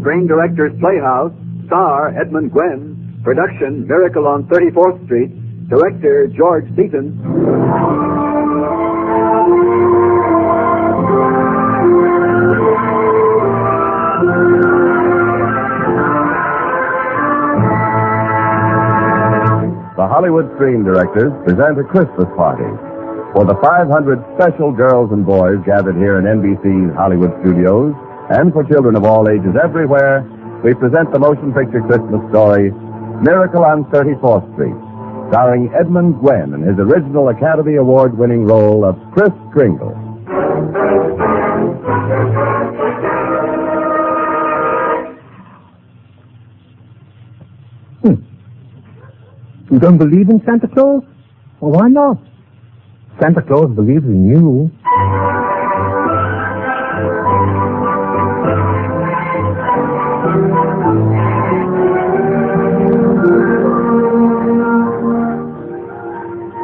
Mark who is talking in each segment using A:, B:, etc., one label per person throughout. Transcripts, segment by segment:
A: Screen Director's Playhouse, star Edmund Gwen, production Miracle on 34th Street, director George Deaton. The Hollywood Screen Directors present a Christmas party for the 500 special girls and boys gathered here in NBC's Hollywood studios, and for children of all ages everywhere. We present the motion picture Christmas story, Miracle on 34th Street, starring Edmund Gwen in his original Academy Award winning role of Chris Kringle.
B: You don't believe in Santa Claus? Well, why not? Santa Claus believes in you.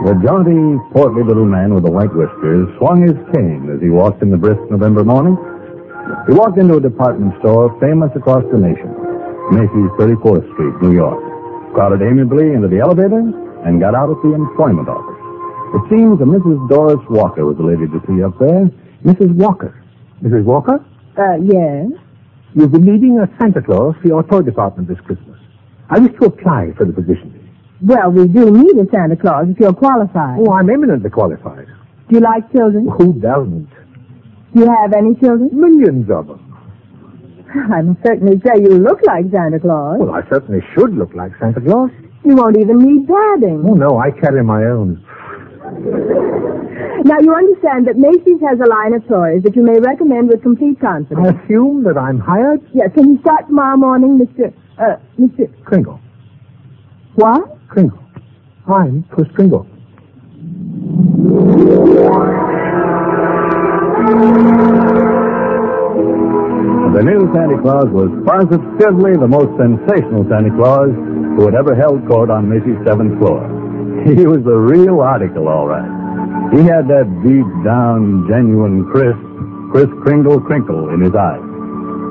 A: The jaunty, portly little man with the white whiskers swung his cane as he walked in the brisk November morning. He walked into a department store famous across the nation, Macy's 34th Street, New York, crowded amiably into the elevator, and got out at the employment office. It seems a Mrs. Doris Walker was the lady to see up there. Mrs. Walker. Mrs. Walker?
B: Uh, yes? You'll be needing a Santa Claus for your toy department this Christmas. I wish to apply for the position.
C: Well, we do need a Santa Claus if you're qualified.
B: Oh, I'm eminently qualified.
C: Do you like children?
B: Who doesn't?
C: Do you have any children?
B: Millions of them.
C: I am certainly say you look like Santa Claus.
B: Well, I certainly should look like Santa Claus.
C: You won't even need padding.
B: Oh, no, I carry my own.
C: Now, you understand that Macy's has a line of toys that you may recommend with complete
B: I
C: confidence.
B: assume that I'm hired?
C: Yes, can you start tomorrow morning, Mr. Uh, Mr.
B: Kringle.
C: What?
B: Kringle. I'm Chris Kringle.
A: The new Santa Claus was positively the most sensational Santa Claus who had ever held court on Macy's seventh floor. He was the real article, all right. He had that deep down, genuine, crisp, Chris Kringle crinkle in his eyes.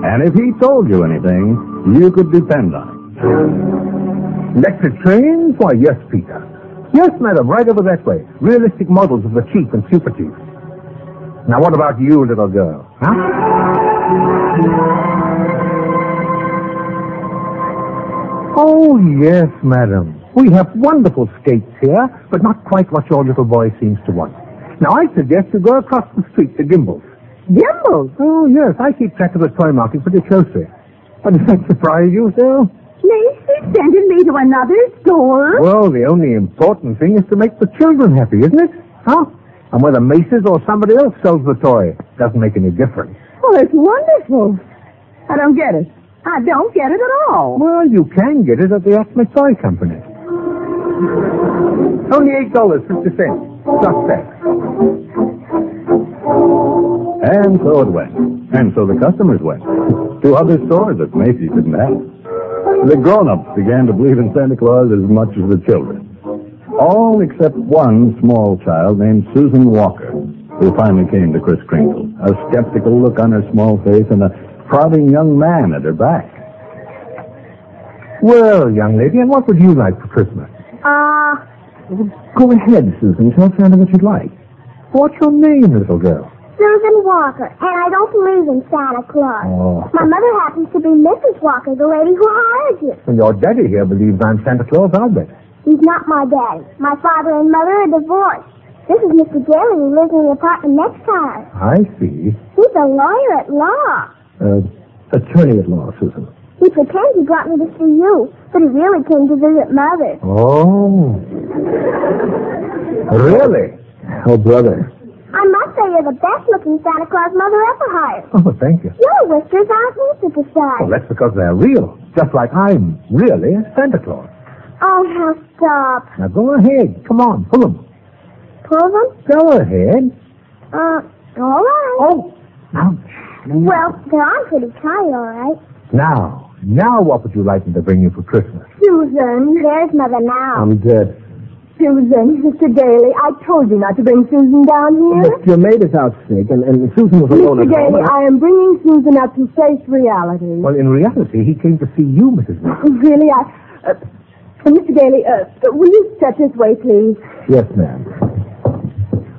A: And if he told you anything, you could depend on it.
B: Electric trains? Why, yes, Peter. Yes, madam, right over that way. Realistic models of the chief and super chief. Now, what about you, little girl? Huh? Oh, yes, madam. We have wonderful skates here, but not quite what your little boy seems to want. Now, I suggest you go across the street to Gimbel's.
C: Gimbals?
B: Oh, yes, I keep track of the toy market pretty closely. But does that surprise you, sir?
C: Macy's sending me to another store?
B: Well, the only important thing is to make the children happy, isn't it? Huh? And whether Macy's or somebody else sells the toy doesn't make any difference.
C: Well, it's wonderful. I don't get it. I don't get it at all.
B: Well, you can get it at the Acme Toy Company. Only eight dollars fifty cents. Just that.
A: And so it went. And so the customers went. to other stores that Macy's didn't have. The grown-ups began to believe in Santa Claus as much as the children. All except one small child named Susan Walker, who finally came to Kris Kringle. A skeptical look on her small face and a prodding young man at her back. Well, young lady, and what would you like for Christmas?
D: Uh,
A: Go ahead, Susan. Tell Santa what you'd like. What's your name, little girl?
E: Susan Walker, and I don't believe in Santa Claus.
A: Oh.
E: My mother happens to be Mrs. Walker, the lady who hired you.
A: Well, your daddy here believes I'm Santa Claus, I'll bet.
E: He's not my daddy. My father and mother are divorced. This is Mr. Daly who lives in the apartment next to us.
A: I see.
E: He's a lawyer at law.
A: Uh, attorney at law, Susan.
E: He pretends he brought me to see you, but he really came to visit mother.
A: Oh. really? Oh, brother.
E: I must say you're the best looking Santa Claus mother ever hired.
A: Oh, thank you.
E: Your whiskers aren't loose at the
A: Well,
E: side.
A: that's because they're real, just like I'm really Santa Claus.
E: Oh, now stop.
A: Now go ahead. Come on, pull 'em.
E: Pull them?
A: Go ahead.
E: Uh, all right.
A: Oh, now.
E: Well, they're on pretty tight, all right.
A: Now, now what would you like me to bring you for Christmas?
E: Susan. There's Mother now.
A: I'm dead.
D: Susan, Mr. Daly, I told you not to bring Susan down here.
A: your maid is out sick, and, and Susan was
D: Mr. Daly, I am bringing Susan up to face reality.
A: Well, in reality, he came to see you, Mrs. Wilson.
D: Really, I. Uh, uh, Mr. Daly, uh, uh, will you step this way, please?
A: Yes, ma'am.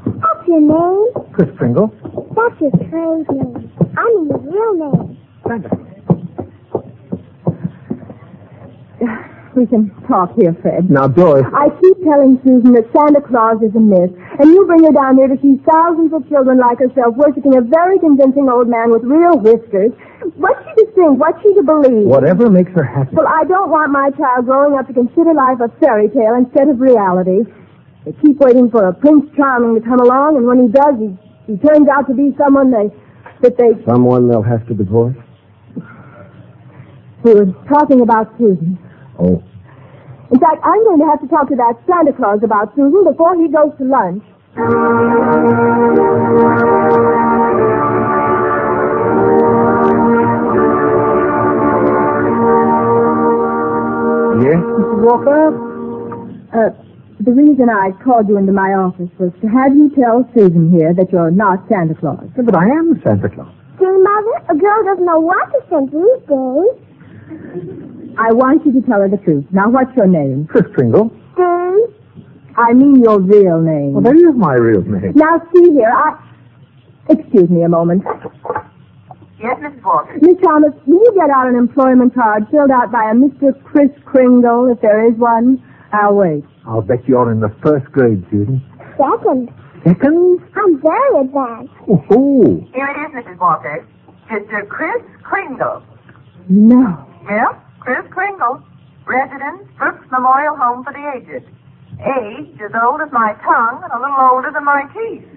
E: That's your name?
A: Chris Pringle.
E: That's your trade name. I mean your real name.
A: Santa.
D: We can talk here, Fred.
A: Now, Doris.
D: I keep telling Susan that Santa Claus is a myth, and you bring her down here to see thousands of children like herself worshiping a very convincing old man with real whiskers. What's she to think? What's she to believe?
A: Whatever makes her happy.
D: Mm. Well, I don't want my child growing up to consider life a fairy tale instead of reality. They keep waiting for a Prince Charming to come along, and when he does, he, he turns out to be someone they, that they...
A: Someone they'll have to divorce.
D: We were talking about Susan.
A: Oh.
D: In fact, I'm going to have to talk to that Santa Claus about Susan before he goes to lunch.
A: Yes, Mrs. Walker?
D: Uh, the reason I called you into my office was to have you tell Susan here that you're not Santa Claus.
A: Yeah, but I am Santa Claus.
E: See, Mother, a girl doesn't know what to think these days.
D: I want you to tell her the truth. Now, what's your name?
A: Chris Pringle.
E: Steve,
D: I mean your real name.
A: Well, that is my real name.
D: Now, see here, I... Excuse me a moment.
C: Yes, Mrs. Walker.
D: Miss Thomas, will you get out an employment card filled out by a Mr. Chris Kringle, if there is one? I'll wait.
A: I'll bet you're in the first grade, Susan.
E: second.
A: Second?
E: I'm very advanced.
A: Oh,
C: Here it is, Mrs. Walker. Mr. Chris Kringle.
D: No.
C: Yep, Chris Kringle. Residence, Brooks Memorial Home for the Aged. Age as old as my tongue and a little older than my teeth.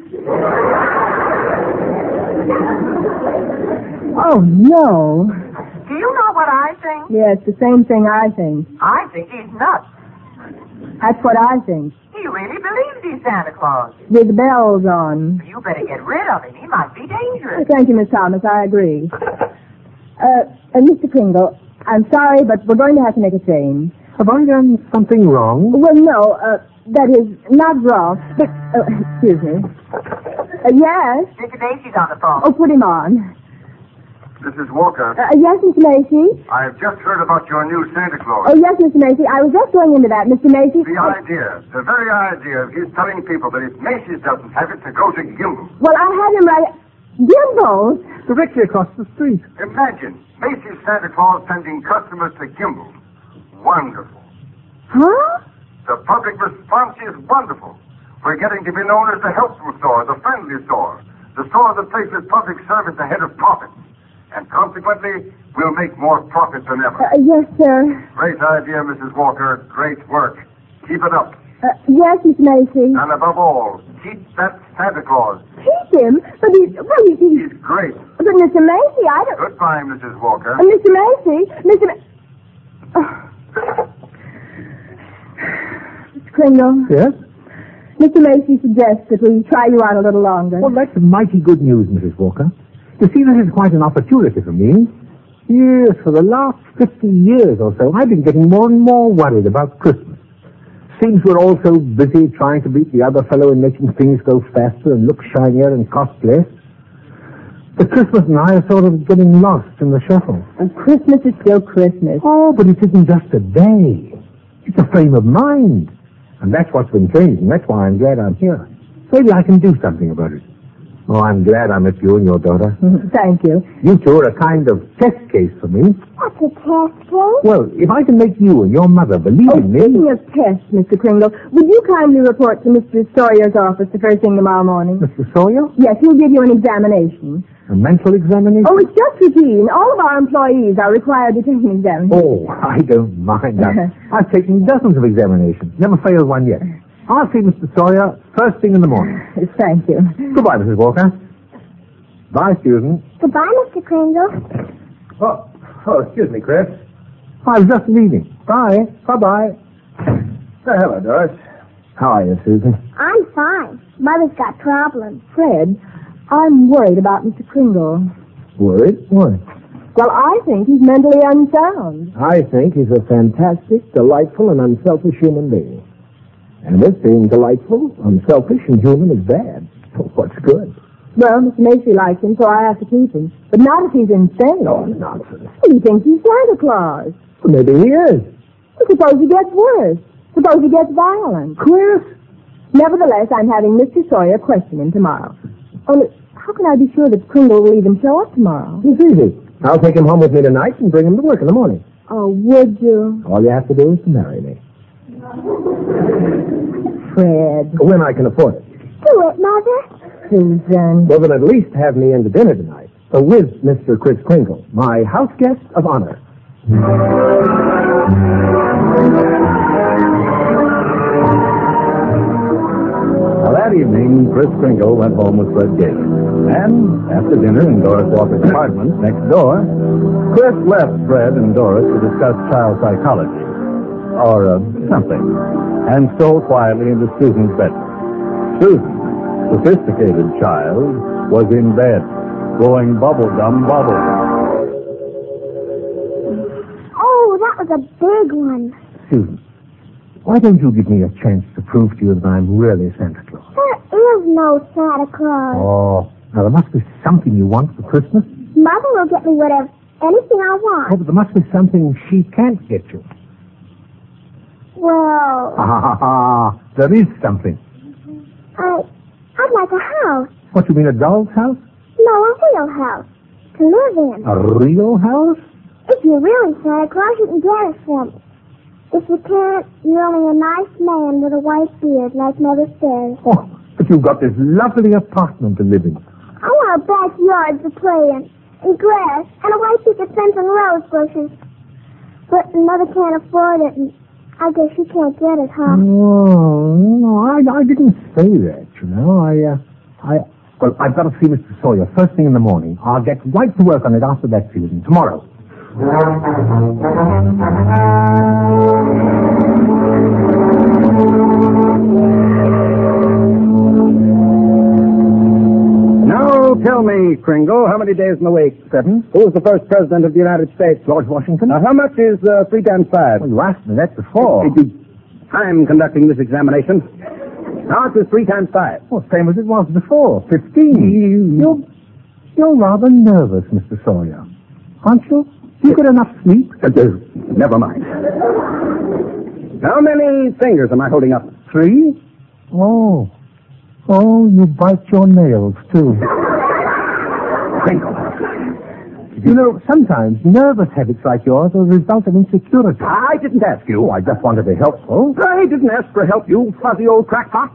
D: Oh, no.
C: Do you know what I think?
D: Yes, the same thing I think.
C: I think he's nuts.
D: That's what I think.
C: He really believes he's Santa Claus.
D: With bells on.
C: You better get rid of him. He might be dangerous.
D: Thank you, Miss Thomas. I agree. Uh, uh, Mr. Kringle, I'm sorry, but we're going to have to make a change.
A: have I done something wrong?
D: Well, no, uh, that is not wrong, but, uh, excuse me. Uh, yes?
C: Mr. Macy's on the phone.
D: Oh, put him on.
B: Mrs. Walker,
D: Uh, yes, Mr. Macy?
B: I have just heard about your new Santa Claus.
D: Oh, yes, Mr. Macy. I was just going into that, Mr. Macy.
B: The idea, the very idea of his telling people that if Macy's doesn't have it, to go to Gimbal.
D: Well, I had him right. Gimbal?
A: Directly across the street.
B: Imagine Macy's Santa Claus sending customers to Gimbal. Wonderful.
D: Huh?
B: The public response is wonderful. We're getting to be known as the helpful store, the friendly store, the store that places public service ahead of profits. And consequently, we'll make more profit than ever.
D: Uh, yes, sir.
B: Great idea, Mrs. Walker. Great work. Keep it up.
D: Uh, yes, Miss Macy.
B: And above all, keep that Santa Claus.
D: Keep him? But he's, well, he's, he's,
B: He's great.
D: but Mr. Macy, I don't,
B: Goodbye, Mrs. Walker.
C: Oh,
D: uh, Mr. Macy, Mr. Ma- oh. Mr. Kringle,
A: Yes?
D: Mr. Macy suggests that we try you out a little longer.
A: Well, that's mighty good news, Mrs. Walker. You see, this is quite an opportunity for me. Yes, for the last 50 years or so, I've been getting more and more worried about Christmas. Seems we're all so busy trying to beat the other fellow and making things go faster and look shinier and cost less. But Christmas and I are sort of getting lost in the shuffle.
C: And Christmas is still Christmas.
A: Oh, but it isn't just a day. It's a frame of mind. And that's what's been changing. That's why I'm glad I'm here. Maybe I can do something about it. Oh, I'm glad I met you and your daughter.
C: Thank you.
A: You two are a kind of test case for me.
D: What's a test case?
A: Well, if I can make you and your mother believe
C: Oh,
A: in me.
C: speaking of tests, Mr. Kringle, would you kindly report to Mr. Sawyer's office the first thing tomorrow morning?
A: Mr. Sawyer?
C: Oh, Yes, he'll give you an examination.
A: A mental examination?
C: Oh, it's just routine. All of our employees are required to take an examination.
A: Oh, I don't mind that. I've taken dozens of examinations. Never failed one yet. I'll see Mr. Sawyer first thing in the morning.
C: Thank you.
A: Goodbye, Mrs. Walker. Bye, Susan.
D: Goodbye, Mr. Kringle.
A: Oh, oh excuse me, Chris. I was just leaving. Bye. Bye-bye. hello, Doris. How are you, Susan?
D: I'm fine. Mother's got problems.
C: Fred, I'm worried about Mr. Kringle.
A: Worried? Why?
C: Well, I think he's mentally unsound.
A: I think he's a fantastic, delightful, and unselfish human being. And this being delightful, unselfish, and human is bad. What's good?
C: Well, Mr. Macy likes him, so I have to keep him. But not if he's insane.
A: No nonsense.
C: He thinks he's Santa Claus.
A: Well, maybe he is.
C: Well, Suppose he gets worse. Suppose he gets violent.
A: Chris?
C: Nevertheless, I'm having Mr. Sawyer question him tomorrow. Only, how can I be sure that Kringle will even show up tomorrow?
A: It's easy. I'll take him home with me tonight and bring him to work in the morning.
C: Oh, would you?
A: All you have to do is to marry me.
C: Fred.
A: When I can afford it.
D: Do it, Mother.
C: Susan.
A: Well, then at least have me in to dinner tonight. Uh, with Mr. Chris Kringle, my house guest of honor.
F: Well, that evening, Chris Kringle went home with Fred Gator. And after dinner in Doris Walker's apartment next door, Chris left Fred and Doris to discuss child psychology or uh, something and stole quietly into Susan's bedroom. Susan, sophisticated child, was in bed, blowing bubblegum bubbles.
D: Oh, that was a big one.
A: Susan, why don't you give me a chance to prove to you that I'm really Santa Claus?
D: There is no Santa Claus.
A: Oh, now there must be something you want for Christmas.
D: Mother will get me whatever, anything I
A: Oh,
D: want.
A: but there must be something she can't get you.
D: Well,
A: Ah, there is something.
D: I, I'd like a house.
A: What, you mean a doll's house?
D: No, a real house to live in.
A: A real house?
D: If you're really Santa Claus, you can get it for me. If you can't, you're only a nice man with a white beard, like Mother says.
A: Oh, but you've got this lovely apartment to live in.
D: I want a backyard to play in, and grass, and a white picket fence and rose bushes. But Mother can't afford it, and I guess you can't get it, huh?
A: Oh, no, I, I didn't say that, you know. I, uh, I, well, I've got to see Mr. Sawyer first thing in the morning. I'll get right to work on it after that season, tomorrow.
G: Now tell me, Kringle, how many days in the week?
A: Seven?
G: Who was the first president of the United States?
A: George Washington?
G: Now, how much is uh, three times five?
A: Well, you asked me that before.
G: Did you- I'm conducting this examination. How much is three times five?
A: Well, Oh, same as it was before, 15. You're, you're rather nervous, Mr. Sawyer. Aren't you? You get enough sleep?
G: Uh, uh, never mind. How many fingers am I holding up?
A: Three? Oh. Oh, you bite your nails, too.
G: Kringle.
A: You know, sometimes nervous habits like yours are the result of insecurity.
G: I didn't ask you.
A: Oh, I just want to be helpful.
G: I didn't ask for help, you fuzzy old crackpot.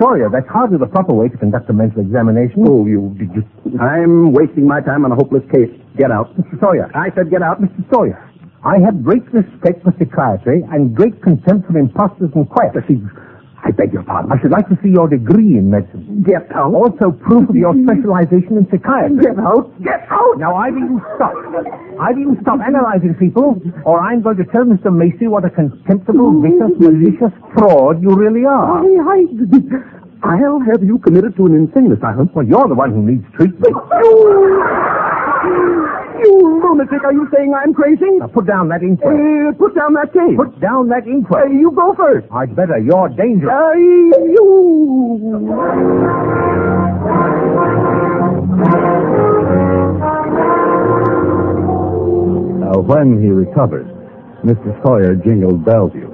A: Sawyer, that's hardly the proper way to conduct a mental examination.
G: Oh, you, you. I'm wasting my time on a hopeless case. Get out.
A: Mr. Sawyer.
G: I said get out.
A: Mr. Sawyer, I have great respect for psychiatry and great contempt for imposters and quacks.
G: I beg your pardon.
A: I should like to see your degree in medicine.
G: Get out.
A: Also, proof of your specialization in psychiatry.
G: Get out. Get out.
A: Now, I've even stopped. I've even stopped analyzing people, or I'm going to tell Mr. Macy what a contemptible, vicious, malicious fraud you really are.
G: Mm-hmm. I, I, I'll have you committed to an insane asylum.
A: Well, you're the one who needs treatment.
G: You, you lunatic! Are you saying I'm crazy?
A: Now, put down that inquiry.
G: Uh, put down that case.
A: Put down that
G: Uh,
A: inquiry.
G: you go first.
A: I'd better. You're dangerous.
G: Uh, you.
F: uh, when he recovers, Mr. Sawyer jingles Bellevue.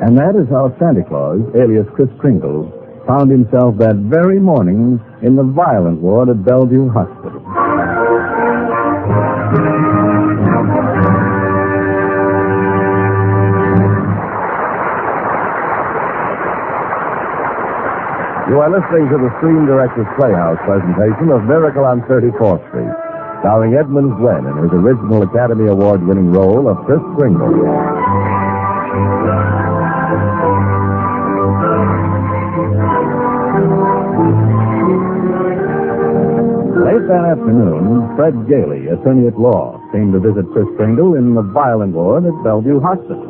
F: And that is how Santa Claus, alias Kris Kringle, found himself that very morning in the violent ward at Bellevue Hospital.
B: You are listening to the Screen Directors Playhouse presentation of Miracle on 34th Street, starring Edmund Gwen in his original Academy Award winning role of Chris Kringle.
F: Late that afternoon, Fred Gailey, attorney at law, came to visit Chris Kringle in the violent ward at Bellevue Hospital.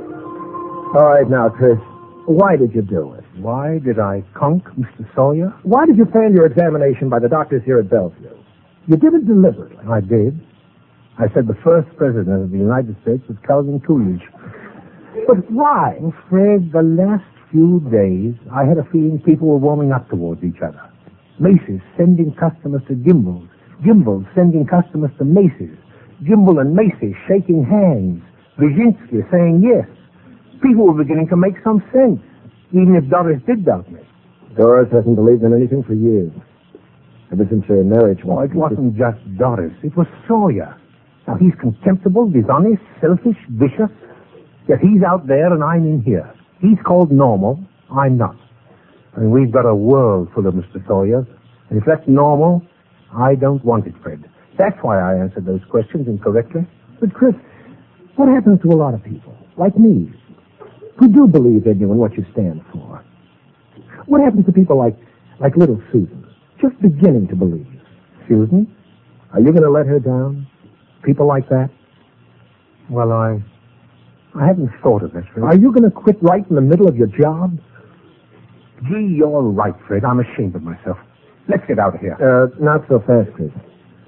H: All right, now, Chris, why did you do it?
A: Why did I conk, Mr. Sawyer?
H: Why did you fail your examination by the doctors here at Bellevue?
A: You did it deliberately. I did. I said the first president of the United States was Calvin Coolidge. But why? Oh, Fred, the last few days, I had a feeling people were warming up towards each other. Macy's sending customers to Gimbel's. Gimbel's sending customers to Macy's. Gimbel and Macy shaking hands. Brzezinski saying yes. People were beginning to make some sense even if Doris did doubt me.
H: Doris hasn't believed in anything for years. Ever since her marriage
A: was. Oh, it wasn't just Doris. It was Sawyer. Now, he's contemptible, dishonest, selfish, vicious. Yet he's out there and I'm in here. He's called normal. I'm not. I and mean, we've got a world full of Mr. Sawyers. And if that's normal, I don't want it, Fred. That's why I answered those questions incorrectly.
H: But, Chris, what happens to a lot of people, like me, who do believe in you and what you stand for. What happens to people like, like little Susan, just beginning to believe?
A: Susan?
H: Are you going to let her down? People like that?
A: Well, I, I haven't thought of this. Really.
H: Are you going to quit right in the middle of your job?
A: Gee, you're right, Fred. I'm ashamed of myself. Let's get out of here.
H: Uh, not so fast, Chris.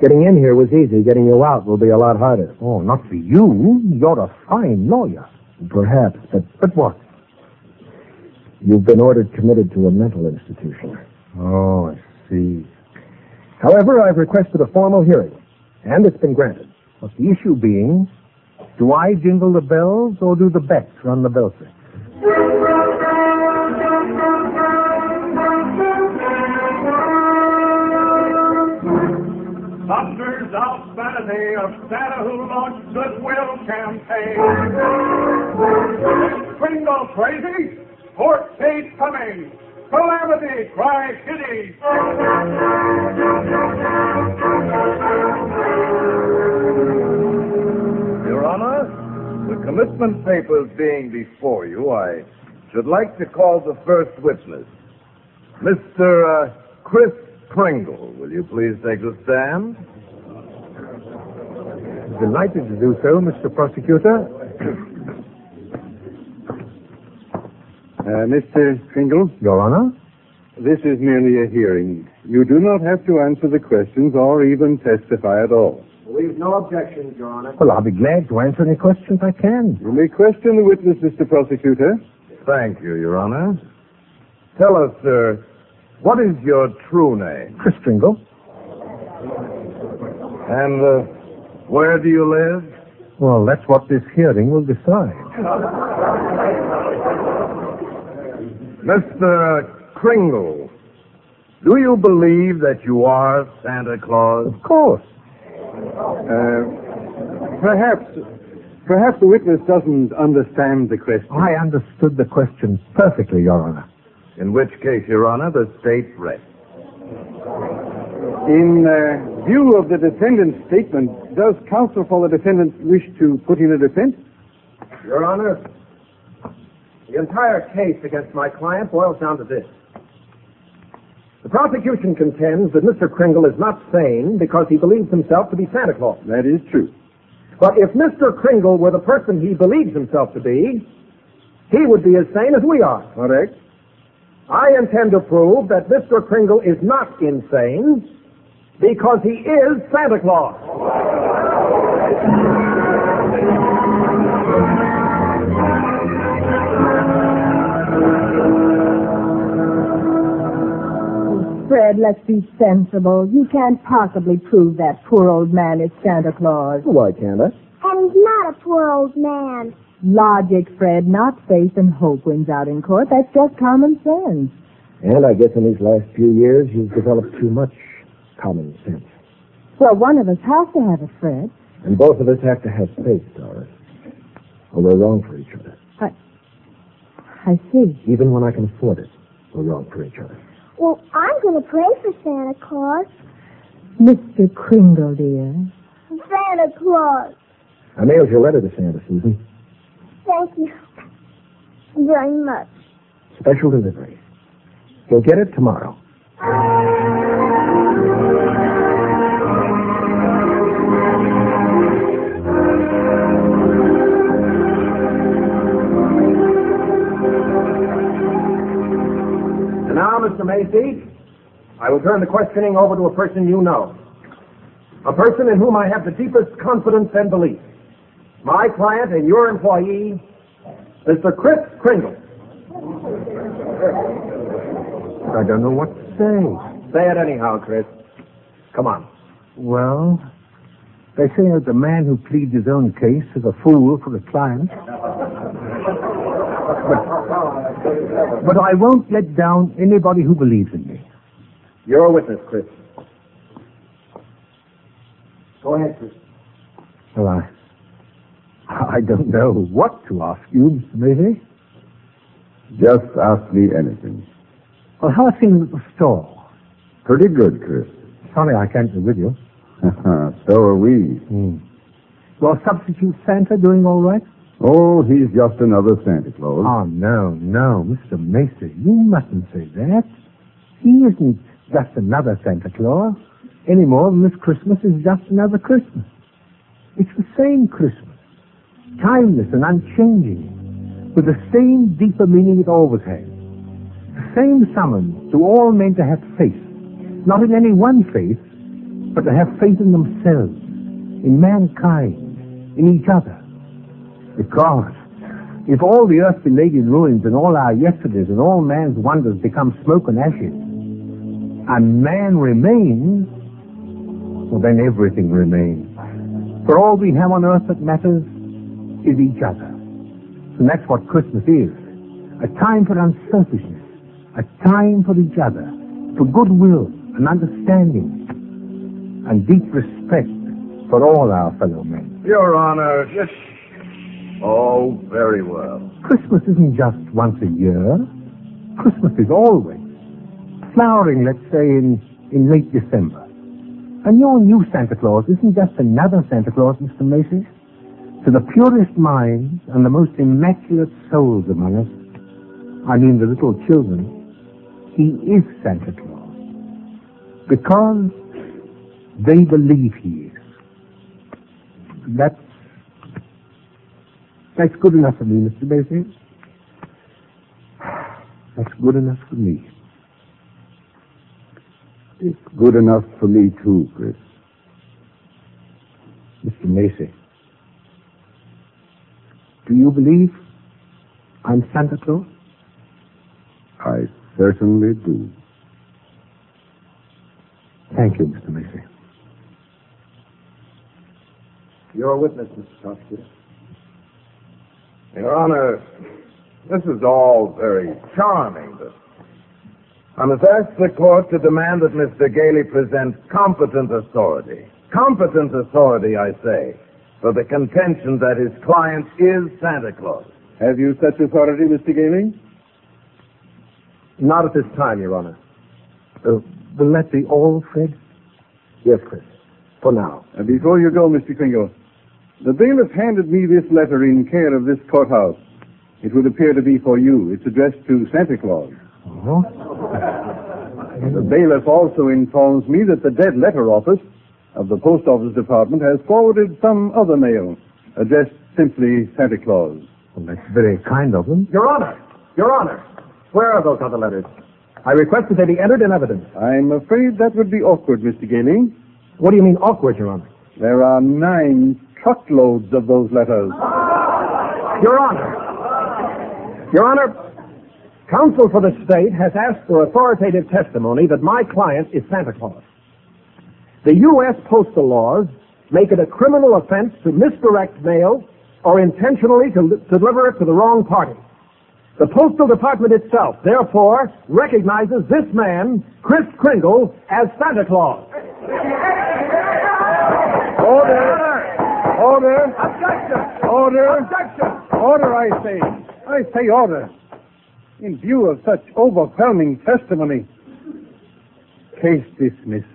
H: Getting in here was easy. Getting you out will be a lot harder.
A: Oh, not for you. You're a fine lawyer.
H: Perhaps, but.
A: But what?
H: You've been ordered committed to a mental institution.
A: Oh, I see.
H: However, I've requested a formal hearing, and it's been granted.
A: But the issue being, do I jingle the bells or do the bets run the bells?
I: Thunders out Saturday of Santa who launched Goodwill campaign. Kringle crazy, Fort State coming, calamity cry kitty.
J: Your Honor, the commitment papers being before you, I should like to call the first witness, Mr. Uh, Chris Pringle, will you please take the stand?
A: Delighted to do so, Mr. Prosecutor.
K: uh, Mr. Pringle?
A: Your Honor?
K: This is merely a hearing. You do not have to answer the questions or even testify at all.
L: We've no objections, Your Honor.
A: Well, I'll be glad to answer any questions I can.
K: You may question the witness, Mr. Prosecutor.
J: Thank you, Your Honor. Tell us, sir, what is your true name?
A: Chris Kringle.
J: And uh, where do you live?
A: Well, that's what this hearing will decide.
J: Mr. Kringle, do you believe that you are Santa Claus?
A: Of course.
K: Uh, perhaps, perhaps the witness doesn't understand the question.
A: I understood the question perfectly, Your Honor.
J: In which case, Your Honor, the state rests.
K: In uh, view of the defendant's statement, does counsel for the defendant wish to put in a defense?
L: Your Honor, the entire case against my client boils down to this. The prosecution contends that Mr. Kringle is not sane because he believes himself to be Santa Claus.
K: That is true.
L: But if Mr. Kringle were the person he believes himself to be, he would be as sane as we are.
K: Correct.
L: I intend to prove that Mr. Kringle is not insane because he is Santa Claus.
C: Fred, let's be sensible. You can't possibly prove that poor old man is Santa Claus.
H: Why can't I?
D: And he's not a poor old man.
C: Logic, Fred, not faith and hope wins out in court. That's just common sense.
A: And I guess in these last few years, you've developed too much common sense.
C: Well, one of us has to have it, Fred.
A: And both of us have to have faith, Doris. Or we're wrong for each other.
C: I, I see.
A: Even when I can afford it, we're wrong for each other.
D: Well, I'm going to pray for Santa Claus.
C: Mr. Kringle, dear.
D: Santa Claus.
A: I mailed your letter to Santa, Susan.
D: Thank you very much.
A: Special delivery. You'll get it tomorrow.
B: And now, Mr. Macy, I will turn the questioning over to a person you know. A person in whom I have the deepest confidence and belief. My client and your employee, Mr. Chris Kringle.
A: I don't know what to say.
B: Say it anyhow, Chris. Come on.
A: Well, they say that the man who pleads his own case is a fool for a client. but, but I won't let down anybody who believes in me.
B: You're a witness, Chris. Go ahead, Chris.
A: Well, I, I don't know what to ask you, Mr. Mayday.
M: Just ask me anything.
A: Well, how are things at the store?
M: Pretty good, Chris.
A: Sorry I can't be with you.
M: so are we.
A: Mm. Well, substitute Santa doing all right?
M: Oh, he's just another Santa Claus.
A: Oh, no, no, Mr. Macy, you mustn't say that. He isn't just another Santa Claus any more than this Christmas is just another Christmas. It's the same Christmas, timeless and unchanging, with the same deeper meaning it always has. The same summons to all men to have faith, not in any one faith, but to have faith in themselves, in mankind, in each other. Because if all the earth be laid in ruins and all our yesterdays and all man's wonders become smoke and ashes, and man remains, well, then everything remains. For all we have on earth that matters is each other. And that's what Christmas is a time for unselfishness, a time for each other, for goodwill and understanding, and deep respect for all our fellow men.
N: Your Honor, just. Oh, very well.
A: Christmas isn't just once a year, Christmas is always. Flowering, let's say, in, in late December. And your new Santa Claus isn't just another Santa Claus, Mr. Macy. To the purest minds and the most immaculate souls among us, I mean the little children, he is Santa Claus. Because they believe he is. That's, that's good enough for me, Mr. Macy. That's good enough for me.
M: It's good enough for me, too, Chris.
A: Mr. Macy, do you believe I'm Santa Claus?
M: I certainly do.
A: Thank you, Mr. Macy.
B: You're a witness, Mr. Toskis.
N: Your Honor, this is all very charming, but I must ask the court to demand that Mr. Gailey present competent authority. Competent authority, I say, for the contention that his client is Santa Claus.
O: Have you such authority, Mr. Gailey?
B: Not at this time, Your Honor.
A: Uh, will that be all, Fred?
B: Yes, Chris. For now.
O: Uh, before you go, Mr. Kringle, the bailiff handed me this letter in care of this courthouse. It would appear to be for you. It's addressed to Santa Claus.
A: Uh-huh.
O: The bailiff also informs me that the dead letter office of the post office department has forwarded some other mail addressed simply Santa Claus.
A: Well, that's very kind of them.
B: Your Honor! Your Honor! Where are those other letters? I request that they be entered in evidence.
O: I'm afraid that would be awkward, Mr. Gailey.
B: What do you mean awkward, Your Honor?
O: There are nine truckloads of those letters.
B: Your Honor! Your Honor, Counsel for the state has asked for authoritative testimony that my client is Santa Claus. The U.S. postal laws make it a criminal offense to misdirect mail
P: or intentionally to, li- to deliver it to the wrong party. The Postal Department itself, therefore, recognizes this man, Chris Kringle, as Santa Claus.
Q: Order! Order!
R: Objection!
Q: Order!
R: Objection!
A: Order, I say. I say order. In view of such overwhelming testimony, case dismissed.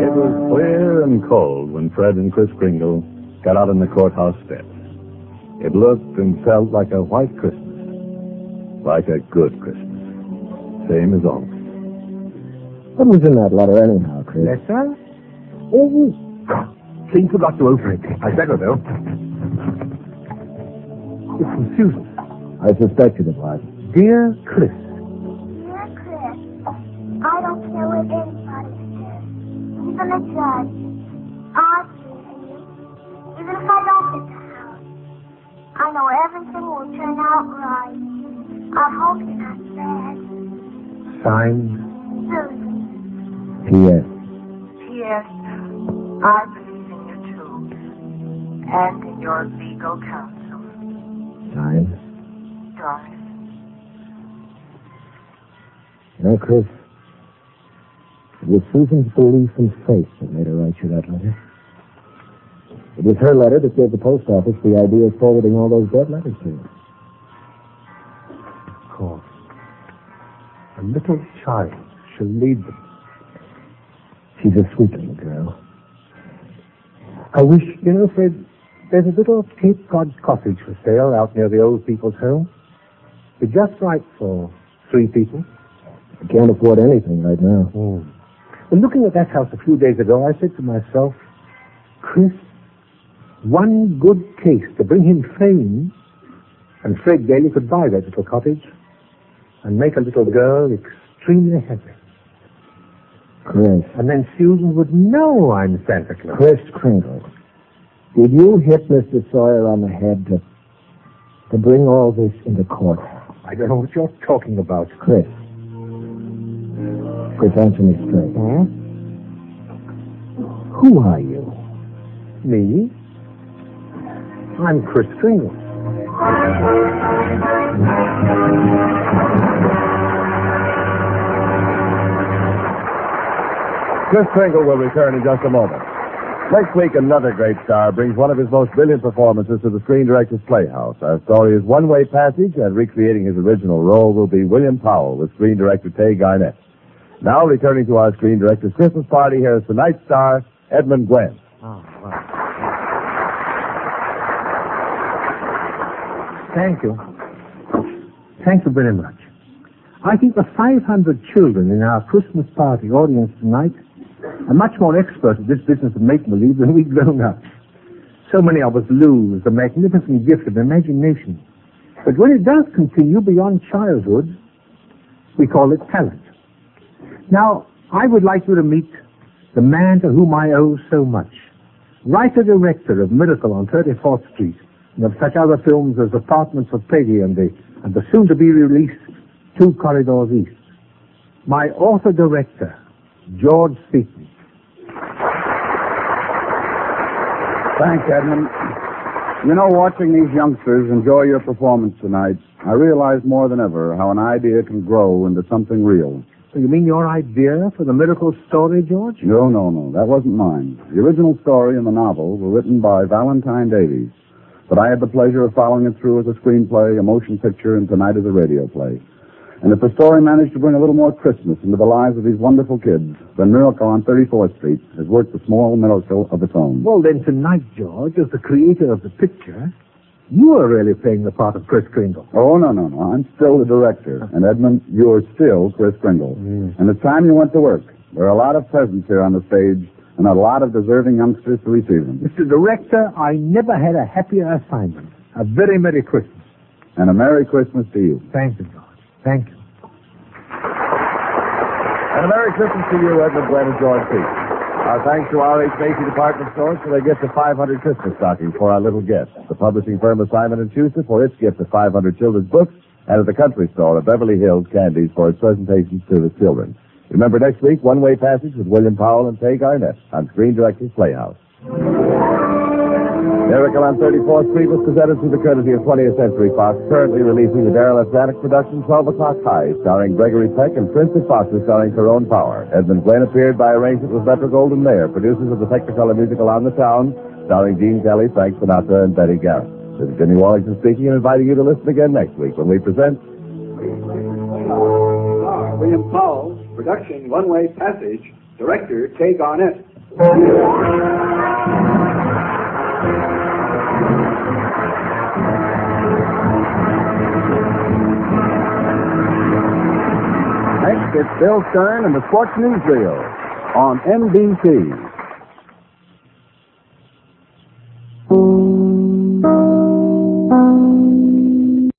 S: It was clear and cold when Fred and Chris Kringle got out on the courthouse steps. It looked and felt like a white Christmas, like a good Christmas, same as always.
T: What was in that letter anyhow, Chris?
B: Yes, sir?
T: Oh,
B: Seems to got to open it. I better, though. It's from Susan.
T: I suspected it was.
B: Dear Chris,
D: Dear Chris, I don't care what anybody says, even a judge. I'll choose you, even if I don't get the house. I know everything will turn out right. I hope you're not sad.
B: signed
D: Susan.
T: P.S.
U: P.S. I believe in you too, and in your legal counsel,
T: Signed.
U: darling.
T: You know, Chris, it was Susan's belief and faith that made her write you that letter. It was her letter that gave the post office the idea of forwarding all those dead letters to you.
B: of course. A little child shall lead them.
T: She's a sweet little girl.
B: I wish, you know, Fred, there's a little Cape Cod cottage for sale out near the old people's home. It's just right for three people.
T: I can't afford anything right now.
B: Well, looking at that house a few days ago, I said to myself, Chris, one good case to bring him fame, and Fred Daly could buy that little cottage and make a little girl extremely happy.
T: Chris.
B: And then Susan would know I'm Santa Claus.
T: Chris Kringle. Did you hit Mr. Sawyer on the head to, to bring all this into court?
B: I don't know what you're talking about.
T: Chris. Chris, answer me straight. Who are you?
B: Me? I'm Chris Kringle.
V: Chris Kringle will return in just a moment. Next week, another great star brings one of his most brilliant performances to the Screen Directors Playhouse. Our story is One Way Passage, and recreating his original role will be William Powell with Screen Director Tay Garnett. Now, returning to our Screen Directors Christmas party, here is tonight's star, Edmund Gwen.
B: Oh, Thank you. Thank you very much. I think the 500 children in our Christmas party audience tonight are much more expert at this business of make-believe than we grown-ups. So many of us lose the magnificent gift of imagination. But when it does continue beyond childhood, we call it talent. Now, I would like you to meet the man to whom I owe so much, writer-director of Miracle on 34th Street, and of such other films as Apartments of Peggy and the, and the soon-to-be-released Two Corridors East. My author-director, George Seaton.
A: Thanks, Edmund. You know, watching these youngsters enjoy your performance tonight, I realize more than ever how an idea can grow into something real.
B: You mean your idea for the miracle story, George?
A: No, no, no. That wasn't mine. The original story and the novel were written by Valentine Davies, but I had the pleasure of following it through as a screenplay, a motion picture, and tonight as a radio play. And if the story managed to bring a little more Christmas into the lives of these wonderful kids, then Miracle on 34th Street has worked a small miracle of its own.
B: Well, then tonight, George, as the creator of the picture, you are really playing the part of Chris Kringle.
A: Oh, no, no, no. I'm still the director. And Edmund, you're still Chris Kringle.
B: Mm.
A: And it's time you went to work. There are a lot of presents here on the stage and a lot of deserving youngsters to receive them.
B: Mr. Director, I never had a happier assignment. A very Merry Christmas.
A: And a Merry Christmas to you.
B: Thank you, George. Thank you.
V: And a Merry Christmas to you, Edmund Gwen and George Pete. Our thanks to R.H. Macy Department Stores for their gift of 500 Christmas stockings for our little guests. The publishing firm of Simon & Schuster for its gift of 500 children's books.
B: and at the country store of Beverly Hills Candies for its presentations to the children. Remember next week, One Way Passage with William Powell and Peg Garnett on Screen Directors Playhouse. Miracle on 34th Street was presented through the courtesy of 20th Century Fox, currently releasing the Daryl S. Zanuck production 12 O'Clock High, starring Gregory Peck and Prince of Foster, starring Tyrone Power. Edmund Glenn appeared by arrangement with Metro Golden Mayer, producers of the Technicolor musical On the Town, starring Gene Kelly, Frank Sinatra, and Betty Garrett. This is Jimmy Wallington speaking and inviting you to listen again next week when we present
A: William Powell, production One Way Passage, director Kay Garnett.
W: Next, it's Bill Stern and the Sports Newsreel on NBC.